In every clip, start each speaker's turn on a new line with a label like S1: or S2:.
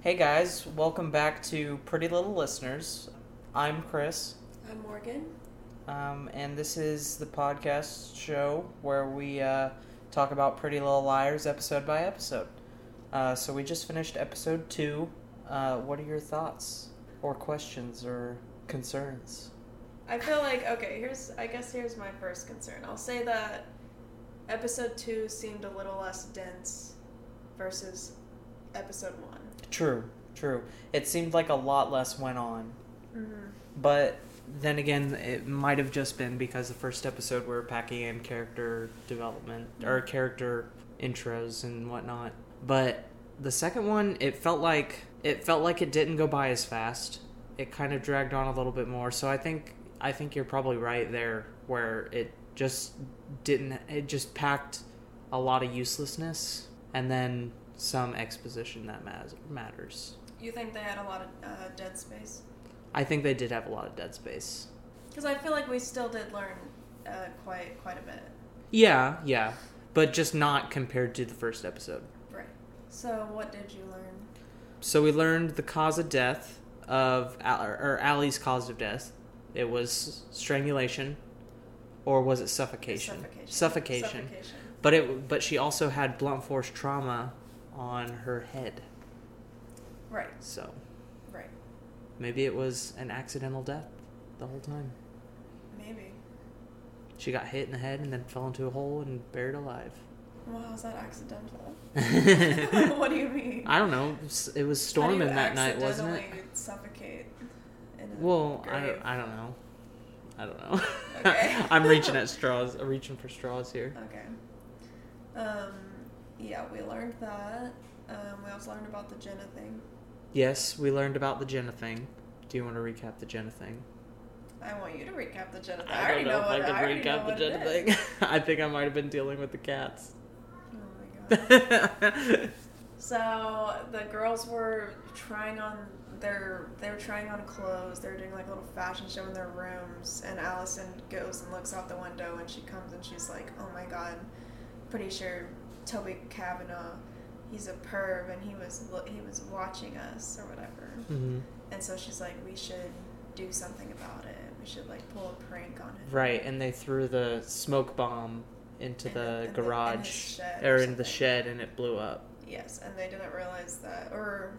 S1: Hey guys, welcome back to Pretty Little Listeners. I'm Chris,
S2: I'm Morgan.
S1: um, and this is the podcast show where we uh, talk about Pretty Little Liars episode by episode. Uh, so we just finished episode two. Uh, what are your thoughts, or questions, or concerns?
S2: I feel like okay. Here's I guess here's my first concern. I'll say that episode two seemed a little less dense versus episode one.
S1: True, true. It seemed like a lot less went on,
S2: Mm-hmm.
S1: but then again, it might have just been because the first episode we were packing in character development or character intros and whatnot. But the second one, it felt like it felt like it didn't go by as fast. It kind of dragged on a little bit more. So I think I think you're probably right there, where it just didn't. It just packed a lot of uselessness and then some exposition that mas- matters.
S2: You think they had a lot of uh, dead space?
S1: I think they did have a lot of dead space.
S2: Because I feel like we still did learn uh, quite quite a bit.
S1: Yeah, yeah. But just not compared to the first episode.
S2: Right. So what did you learn?
S1: So we learned the cause of death of, Al- or Allie's cause of death. It was strangulation, or was it suffocation?
S2: Suffocation.
S1: Suffocation.
S2: Suffocation.
S1: But it, but she also had blunt force trauma on her head.
S2: Right.
S1: So
S2: Right.
S1: maybe it was an accidental death the whole time.
S2: Maybe.
S1: She got hit in the head and then fell into a hole and buried alive.
S2: Well, how's that accidental?
S1: I
S2: what do you mean?
S1: don't know. It was
S2: How do you
S1: storming that night, wasn't it?
S2: accidentally Suffocate. In a
S1: Well, I,
S2: grave?
S1: I don't know. I don't know.
S2: Okay.
S1: I'm reaching at straws. I'm reaching for straws here.
S2: Okay. Um, yeah, we learned that. Um, we also learned about the Jenna thing.
S1: Yes, we learned about the Jenna thing. Do you want to recap the Jenna thing?
S2: I want you to recap the Jenna thing. I, already know, what, I already know what it is.
S1: I think I might have been dealing with the cats.
S2: Oh my god.
S1: yeah,
S2: So the girls were trying on their they were trying on clothes. They were doing like a little fashion show in their rooms, and Allison goes and looks out the window, and she comes and she's like, "Oh my god, pretty sure Toby Kavanaugh, he's a perv, and he was lo- he was watching us or whatever."
S1: hmm
S2: And so she's like, "We should do something about it. We should like pull a prank on him."
S1: right. And they threw the smoke bomb into
S2: In
S1: the
S2: in in his
S1: garage
S2: shed
S1: or in the
S2: something.
S1: shed, and it blew up.
S2: Yes, and they didn't realize that, or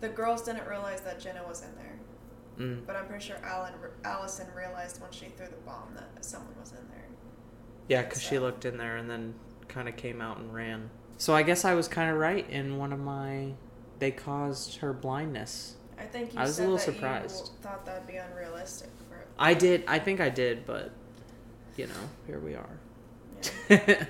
S2: the girls didn't realize that Jenna was in there.
S1: Mm.
S2: But I'm pretty sure Alan, Allison realized when she threw the bomb that someone was in there.
S1: Yeah, because she
S2: So-
S1: looked in there and then kind of came out and ran. So I guess I was kind of right in one of my. They caused her blindness.
S2: I think you
S1: I was a
S2: said
S1: little
S2: that
S1: surprised.
S2: you thought that'd be unrealistic for.
S1: I did. I think I did, but you know, here we are.
S2: Yeah.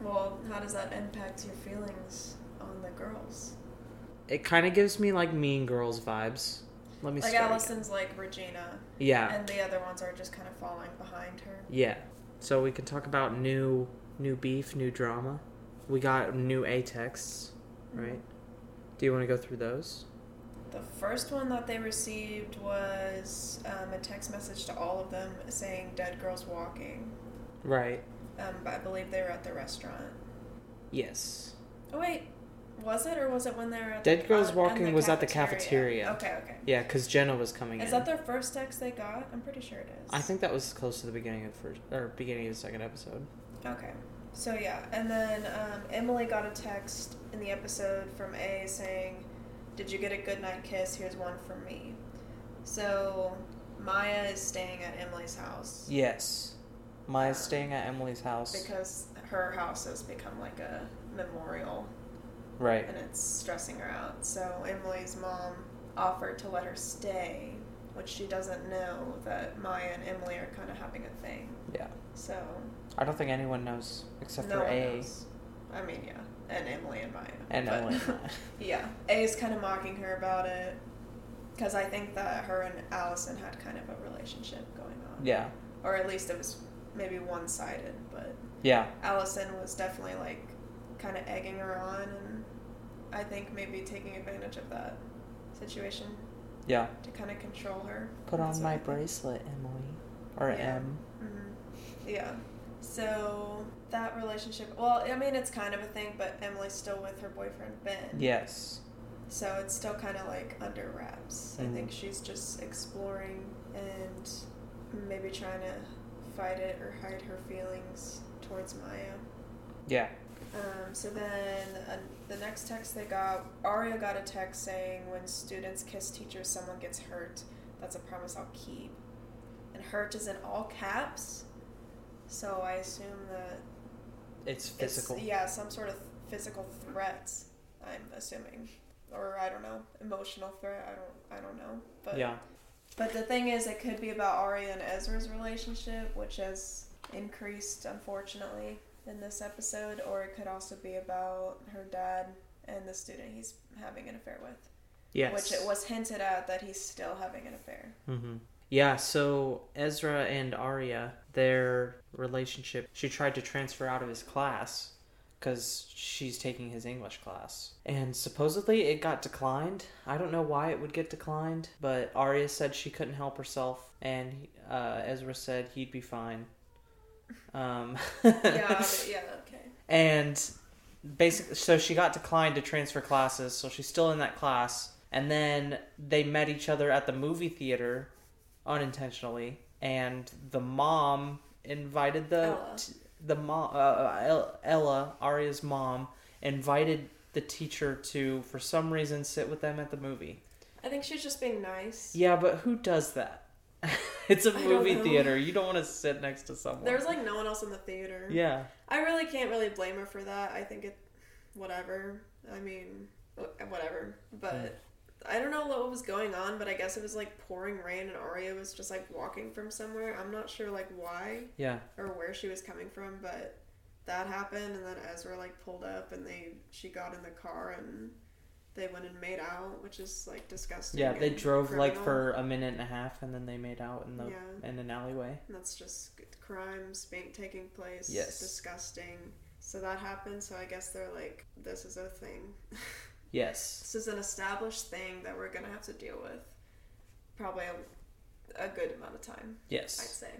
S2: Well, how does that impact your feelings on the girls?
S1: it kind of gives me like Mean Girls vibes. Let me
S2: Like
S1: start.
S2: Allison's like Regina,
S1: again. Yeah,
S2: and the other ones are just kind of following behind her.
S1: yeah. So we can talk about new, new beef, new drama. We got new A texts,
S2: Mm-hmm.
S1: right? Do you want to go through those?
S2: The first one that they received was um, a text message to all of them saying "dead girls walking."
S1: Right.
S2: Um, but I believe they were at the restaurant.
S1: Yes.
S2: Oh wait, was it or was it when they were at
S1: Dead Girls
S2: uh,
S1: Walking
S2: in
S1: was at the cafeteria.
S2: Okay, okay.
S1: Yeah, because Jenna was coming in.
S2: Is that their first text they got? I'm pretty sure it is.
S1: I think that was close to the beginning of the first or beginning of the second episode.
S2: Okay. So yeah, and then um, Emily got a text in the episode from A saying, "Did you get a goodnight kiss? Here's one from me." So Maya is staying at Emily's house
S1: Yes. Maya's staying at Emily's house.
S2: because her house has become like a memorial
S1: right.
S2: and it's stressing her out. So Emily's mom offered to let her stay, which she doesn't know that Maya and Emily are kind of having a thing.
S1: Yeah.
S2: So
S1: I don't think anyone knows except
S2: no
S1: for
S2: one
S1: A
S2: knows. I mean, yeah, and Emily and Maya.
S1: and
S2: but-
S1: Ellen.
S2: yeah, A is kind of mocking her about it because I think that her and Allison had kind of a relationship going on,
S1: yeah.
S2: or at least it was maybe one-sided, but.
S1: Yeah.
S2: Allison was definitely like kind of egging her on, and I think maybe taking advantage of that situation
S1: Yeah.
S2: to kind of control her.
S1: Put
S2: That's
S1: on
S2: what I
S1: my
S2: think.
S1: bracelet, Emily. Or
S2: Mm-hmm. Yeah.
S1: M.
S2: Mhm. Yeah. So that relationship. Well, I mean, it's kind of a thing, but Emily's still with her boyfriend Ben.
S1: Yes.
S2: So it's still kind of like under wraps. I
S1: Mhm.
S2: think she's just exploring and maybe trying to fight it or hide her feelings towards Maya.
S1: Yeah.
S2: Um, so then uh, the next text they got, Aria got a text saying, "When students kiss teachers, someone gets hurt. That's a promise I'll keep." And hurt is in all caps, so I assume that
S1: It's physical.
S2: It's, E, yeah, some sort of physical threats. I'm assuming, or I don't know, emotional threat. I don't, I don't know. But
S1: yeah.
S2: but the thing is, it could be about Arya and Ezra's relationship, which has increased, unfortunately, in this episode, or it could also be about her dad and the student he's having an affair with.
S1: Yes.
S2: Which it was hinted at that he's still having an affair.
S1: Mm-hmm. Yeah, so Ezra and Arya, their relationship, she tried to transfer out of his class because she's taking his English class. And supposedly it got declined. I don't know why it would get declined, but Arya said she couldn't help herself, and uh, Ezra said he'd be fine. Um,
S2: yeah, but, yeah, okay.
S1: and basically so she got declined to transfer classes so she's still in that class and then they met each other at the movie theater unintentionally and the mom invited the
S2: Ella.
S1: t- the mom uh, El- Ella Arya's mom invited the teacher to for some reason sit with them at the movie
S2: I think she's just being nice.
S1: yeah but who does that it's a
S2: I don't
S1: movie
S2: know.
S1: theater you don't want to sit next to someone
S2: There's like no one else in the theater.
S1: yeah
S2: I really can't really blame her for that. I think it, whatever. I mean, wh- whatever. But
S1: Hmm.
S2: I don't know what was going on, but I guess it was like pouring rain and Arya was just like walking from somewhere. I'm not sure like why
S1: yeah
S2: or where she was coming from, but that happened and then Ezra like pulled up and they she got in the car and they went and made out, which is like disgusting.
S1: Yeah, they
S2: and
S1: drove like
S2: criminal.
S1: for a minute and a half, and then they made out in the
S2: Yeah.
S1: in an alleyway.
S2: And That's just g- crimes being taking place.
S1: Yes.
S2: Disgusting. So that happened. So I guess they're like, this is a thing.
S1: Yes,
S2: this is an established thing that we're gonna have to deal with. Probably a, a good amount of time, I'd
S1: yes,
S2: say.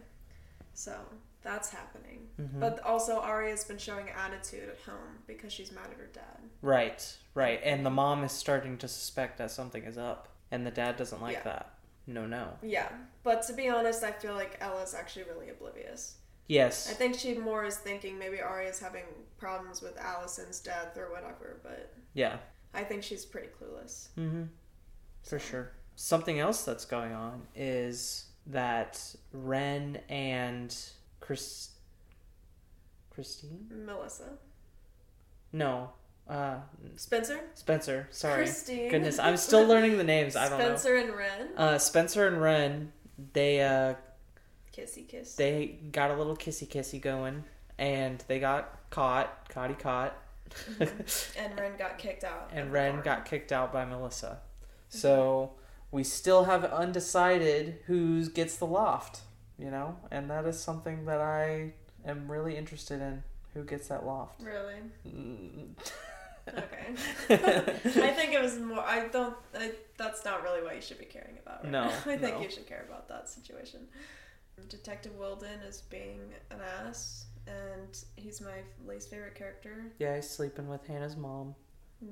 S2: So that's happening.
S1: Mhm.
S2: But also, Arya's been showing attitude at home because she's mad at her dad.
S1: right, right. And the mom is starting to suspect that something is up, and the dad doesn't like
S2: Yeah.
S1: that. No, no.
S2: Yeah. But to be honest, I feel like Ella's actually really oblivious. I
S1: Yes,
S2: think she more is thinking maybe Arya's having problems with Allison's death or whatever, but
S1: yeah,
S2: I think she's pretty clueless.
S1: mm-hmm. for sure. Something else that's going on is that Ren and Chris, Christine?
S2: Melissa.
S1: No, uh,
S2: Spencer?
S1: Spencer. Sorry,
S2: Christine.
S1: goodness, I'm still learning the names. I don't know.
S2: Spencer and Ren.
S1: Uh, Spencer and Ren, they uh,
S2: Kissy kiss.
S1: they got a little kissy kissy going, and they got caught, caughty caught,
S2: and Ren got kicked out. of
S1: and
S2: the
S1: Ren
S2: bar.
S1: got kicked out by Melissa. So we still have undecided who gets the loft, you know, and that is something that I am really interested in. Who gets that loft?
S2: Really?
S1: Mm.
S2: Okay. I think it was more. I don't. I, that's not really what you should be caring about. Right
S1: No,
S2: now. I think
S1: no.
S2: you should care about that situation. Detective Wilden is being an ass, and he's my least favorite character.
S1: yeah, he's sleeping with Hannah's mom.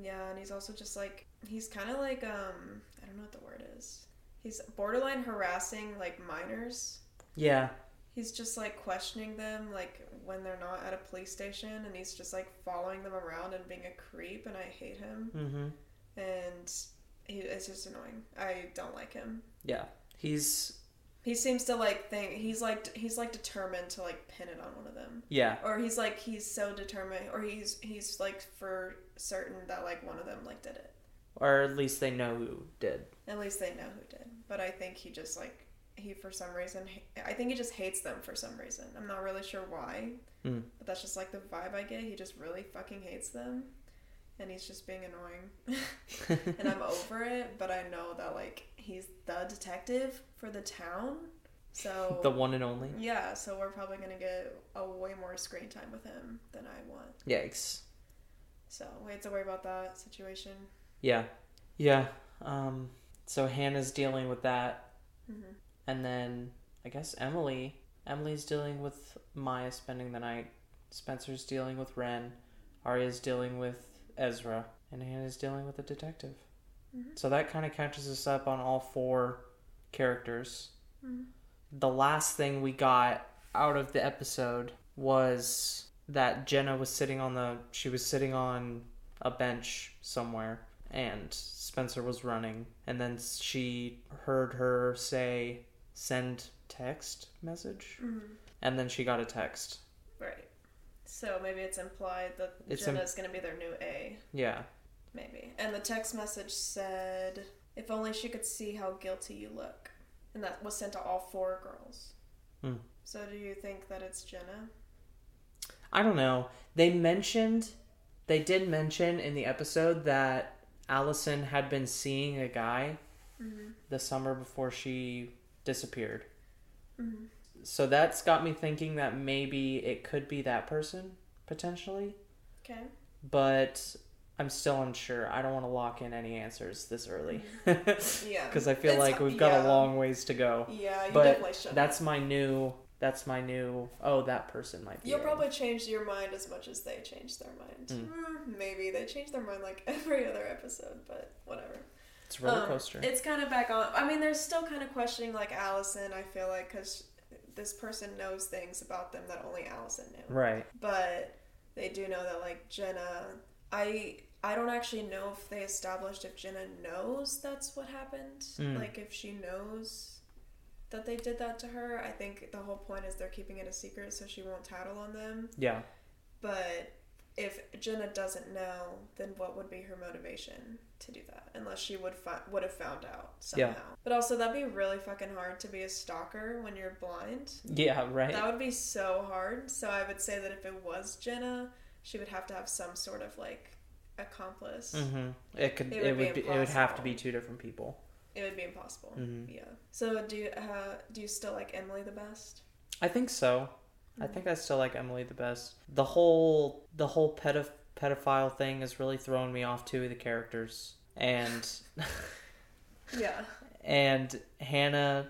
S2: Yeah, and he's also just like he's kind of like um I don't know what the word is. He's borderline harassing like minors.
S1: Yeah,
S2: He's just like questioning them like when they're not at a police station and he's just like following them around and being a creep and I hate him
S1: mm-hmm.
S2: and he, it's just annoying. I don't like him.
S1: yeah, he's
S2: He seems to like think he's like he's like determined to like pin it on one of them.
S1: yeah,
S2: Or he's like he's so determined or he's he's like for certain that like one of them like did it.
S1: or at least they know who did.
S2: At least they know who did. But I think he just like he for some reason I think he just hates them for some reason. I'm not really sure why.
S1: Hmm.
S2: But that's just like the vibe I get. He just really fucking hates them. And he's just being annoying. and I'm over it, but I know that like he's the detective for the town. So
S1: the one and only.
S2: yeah, so we're probably going to get a way more screen time with him than I want.
S1: Yikes.
S2: So we have to worry about that situation.
S1: Yeah. Yeah. Um, so Hannah's dealing with that.
S2: Mhm.
S1: And then I guess Emily. Emily's dealing with Maya spending the night Spencer's dealing with Ren, Arya's dealing with Ezra, and Hannah's dealing with a detective.
S2: Mhm.
S1: So that kind of catches us up on all four characters.
S2: Mhm.
S1: The last thing we got out of the episode was that Jenna was sitting on the she was sitting on a bench somewhere and Spencer was running and then she heard her say send text message
S2: Mhm.
S1: and then she got a text.
S2: Right. So maybe it's implied that
S1: It's im-
S2: Jenna's going to be their new A.
S1: Yeah.
S2: Maybe. And the text message said, if only she could see how guilty you look. And that was sent to all four girls.
S1: Hmm.
S2: So do you think that it's Jenna?
S1: I don't know. They mentioned, they did mention in the episode that Allison had been seeing a guy
S2: Mm-hmm.
S1: the summer before she disappeared.
S2: Mhm.
S1: So that's got me thinking that maybe it could be that person, potentially.
S2: Okay.
S1: But I'm still unsure. I don't want to lock in any answers this early.
S2: Yeah.
S1: Because I feel
S2: Mm-hmm. It's-
S1: like we've got a
S2: yeah.
S1: long ways to go.
S2: Yeah, you
S1: But
S2: definitely should.
S1: That's my new. That's my new. Oh, that person might be.
S2: You'll
S1: it.
S2: probably change your mind as much as they change their mind.
S1: Mm.
S2: Mm, maybe they change their mind like every other episode, but whatever.
S1: It's a roller
S2: Um,
S1: coaster.
S2: it's kind of back on. I mean, they're still kind of questioning like Allison. I feel like because this person knows things about them that only Allison knew.
S1: right.
S2: But they do know that like Jenna. I I don't actually know if they established if Jenna knows that's what happened.
S1: Mm.
S2: Like if she knows that they did that to her. I think the whole point is they're keeping it a secret so she won't tattle on them.
S1: Yeah.
S2: But if Jenna doesn't know, then what would be her motivation to do that? Unless she would fi- would have found out somehow.
S1: Yeah.
S2: But also, that'd be really fucking hard to be a stalker when you're blind.
S1: Yeah. Right.
S2: That would be so hard. So I would say that if it was Jenna, she would have to have some sort of like accomplice.
S1: hmm It could.
S2: It
S1: It
S2: would
S1: would.
S2: be
S1: Be, it would have to
S2: impossible.
S1: be two different people.
S2: It would be impossible.
S1: hmm
S2: Yeah. So do you uh, do you still like Emily the best?
S1: I think so. I think
S2: Mm-hmm.
S1: I still like Emily the best. The whole the whole pedoph- pedophile thing has really thrown me off two of the characters, and
S2: Yeah.
S1: and Hannah,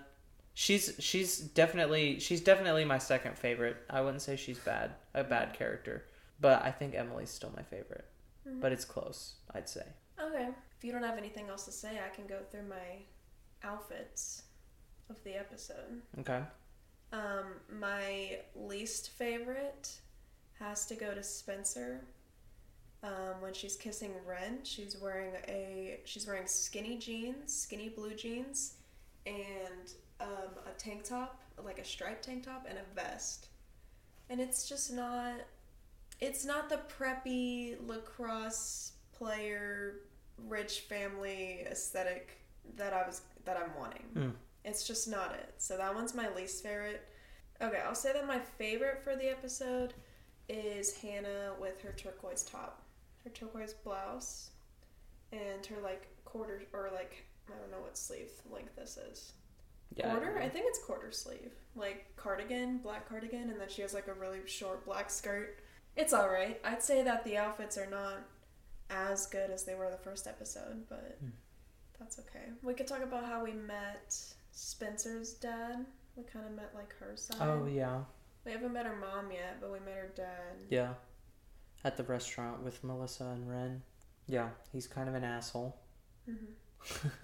S1: she's she's definitely she's definitely my second favorite. I wouldn't say she's bad a bad character, but I think Emily's still my favorite.
S2: Mhm.
S1: But it's close, I'd say.
S2: Okay. If you don't have anything else to say, I can go through my outfits of the episode.
S1: Okay.
S2: Um, my least favorite has to go to Spencer. Um, when she's kissing Ren, she's wearing a she's wearing skinny jeans, skinny blue jeans, and um, a tank top, like a striped tank top, and a vest. And it's just not it's not the preppy lacrosse player rich family aesthetic that I was that I'm wanting.
S1: Hmm.
S2: It's just not it. So that one's my least favorite. Okay, I'll say that my favorite for the episode is Hannah with her turquoise top, her turquoise blouse, and her like quarter or like I don't know what sleeve length this is.
S1: Yeah.
S2: quarter? I think it's quarter sleeve. Like cardigan, black cardigan, and then she has like a really short black skirt. It's all right. I'd say that the outfits are not as good as they were the first episode, but
S1: Hmm.
S2: that's okay. We could talk about how we met Spencer's dad. We kind of met like her side.
S1: Oh yeah.
S2: We haven't met her mom yet, but we met her dad.
S1: Yeah. At the restaurant with Melissa and Ren. Yeah, he's kind of an asshole.
S2: Mhm.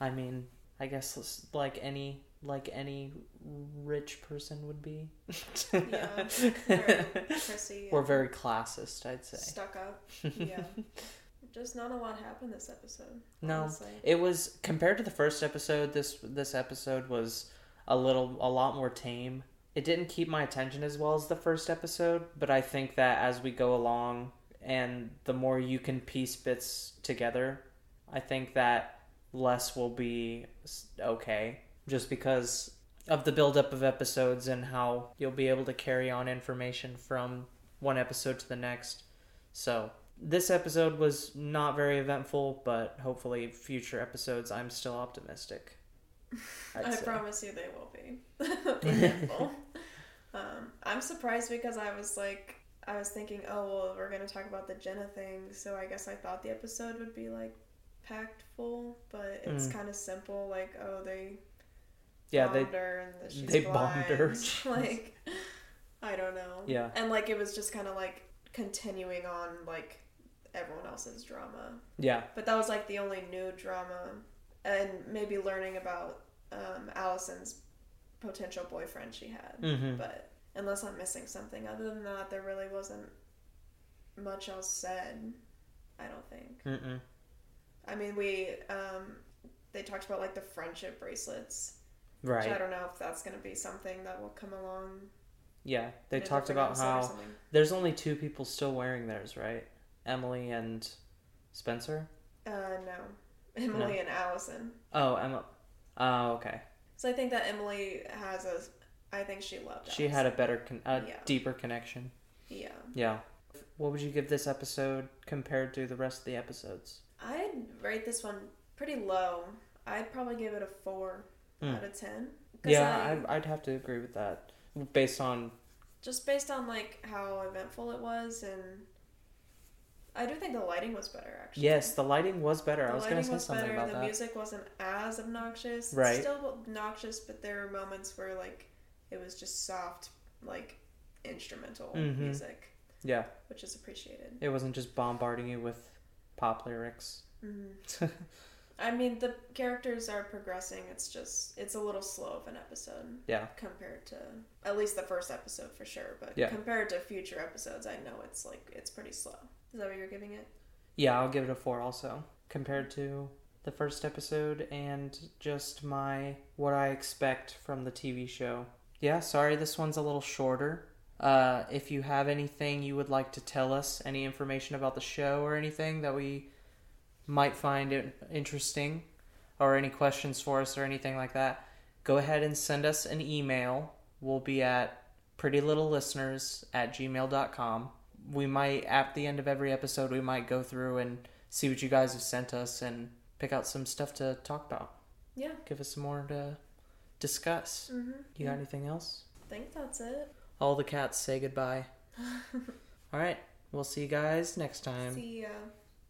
S1: I mean, I guess it's like any like any rich person would be.
S2: Mm-hmm. Yeah. Very Chrissy.
S1: We're very classist, I'd say.
S2: stuck up. Yeah. Just not a lot happened this episode.
S1: No.
S2: honestly.
S1: It was compared to the first episode, this this episode was a little a lot more tame. It didn't keep my attention as well as the first episode, but I think that as we go along and the more you can piece bits together, I think that less will be s- okay just because of the buildup of episodes and how you'll be able to carry on information from one episode to the next. So, this episode was not very eventful, but hopefully, future episodes, I'm still optimistic. I'd
S2: I
S1: say.
S2: promise you they will be. Eventful. um, I'm surprised because I was like, I was thinking, oh, well, we're going to talk about the Jenna thing. So I guess I thought the episode would be like packed full, but it's
S1: Mm.
S2: kind of simple. Like, oh, they
S1: yeah,
S2: bombed
S1: they
S2: her and that she's
S1: they
S2: blind.
S1: bombed her.
S2: like, I don't know.
S1: Yeah.
S2: And like it was just kind of like continuing on like everyone else's drama.
S1: Yeah.
S2: But that was like the only new drama, and maybe learning about um, Allison's potential boyfriend she had.
S1: Mhm.
S2: But unless I'm missing something, other than that, there really wasn't much else said. I don't think.
S1: Mm-mm.
S2: I mean, we um, they talked about like the friendship bracelets. Which I
S1: Right.
S2: don't know if that's gonna be something that will come along.
S1: Yeah. They
S2: in a
S1: talked
S2: different
S1: about
S2: episode or
S1: how
S2: something.
S1: there's only two people still wearing theirs, right? Emily and Spencer.
S2: Uh, no, Emily and Allison.
S1: Oh, Emma. Oh, okay.
S2: So I think that Emily has a. I think she loved.
S1: She had a better, con- a
S2: Yeah.
S1: deeper connection.
S2: A- yeah,
S1: Yeah. What would you give this episode compared to the rest of the episodes?
S2: I'd rate this one pretty low. I'd probably give it a four
S1: Hmm.
S2: out of ten. 'Cause
S1: Yeah,
S2: I-
S1: I'd, I'd have to agree with that. Based on
S2: just based on like how eventful it was, and I do think the lighting was better actually.
S1: yes, the lighting was better.
S2: The
S1: I was going
S2: lighting
S1: to say
S2: was
S1: something
S2: better.
S1: about
S2: The
S1: that.
S2: music wasn't as obnoxious.
S1: Right.
S2: Still obnoxious, but there were moments where like it was just soft, like instrumental
S1: Mhm.
S2: music,
S1: Yeah,
S2: which is appreciated.
S1: it wasn't just bombarding you with pop lyrics.
S2: Mhm. I mean, the characters are progressing. It's just it's a little slow of an episode
S1: yeah,
S2: compared to at least the first episode for sure. But
S1: Yeah.
S2: compared to future episodes, I know it's like it's pretty slow. Is that what you're giving it?
S1: yeah, I'll give it a four also compared to the first episode and just my what I expect from the TV show. Yeah, sorry, this one's a little shorter. Uh, if you have anything you would like to tell us, any information about the show or anything that we might find it interesting, or any questions for us or anything like that, go ahead and send us an email. We'll be at prettylitttlelisteners at gmail.com. We might, at the end of every episode, we might go through and see what you guys have sent us and pick out some stuff to talk about.
S2: Yeah.
S1: Give us some more to discuss.
S2: Mm-hmm.
S1: You got anything else?
S2: I think that's it.
S1: All the cats say goodbye. All right. We'll see you guys next time.
S2: See ya.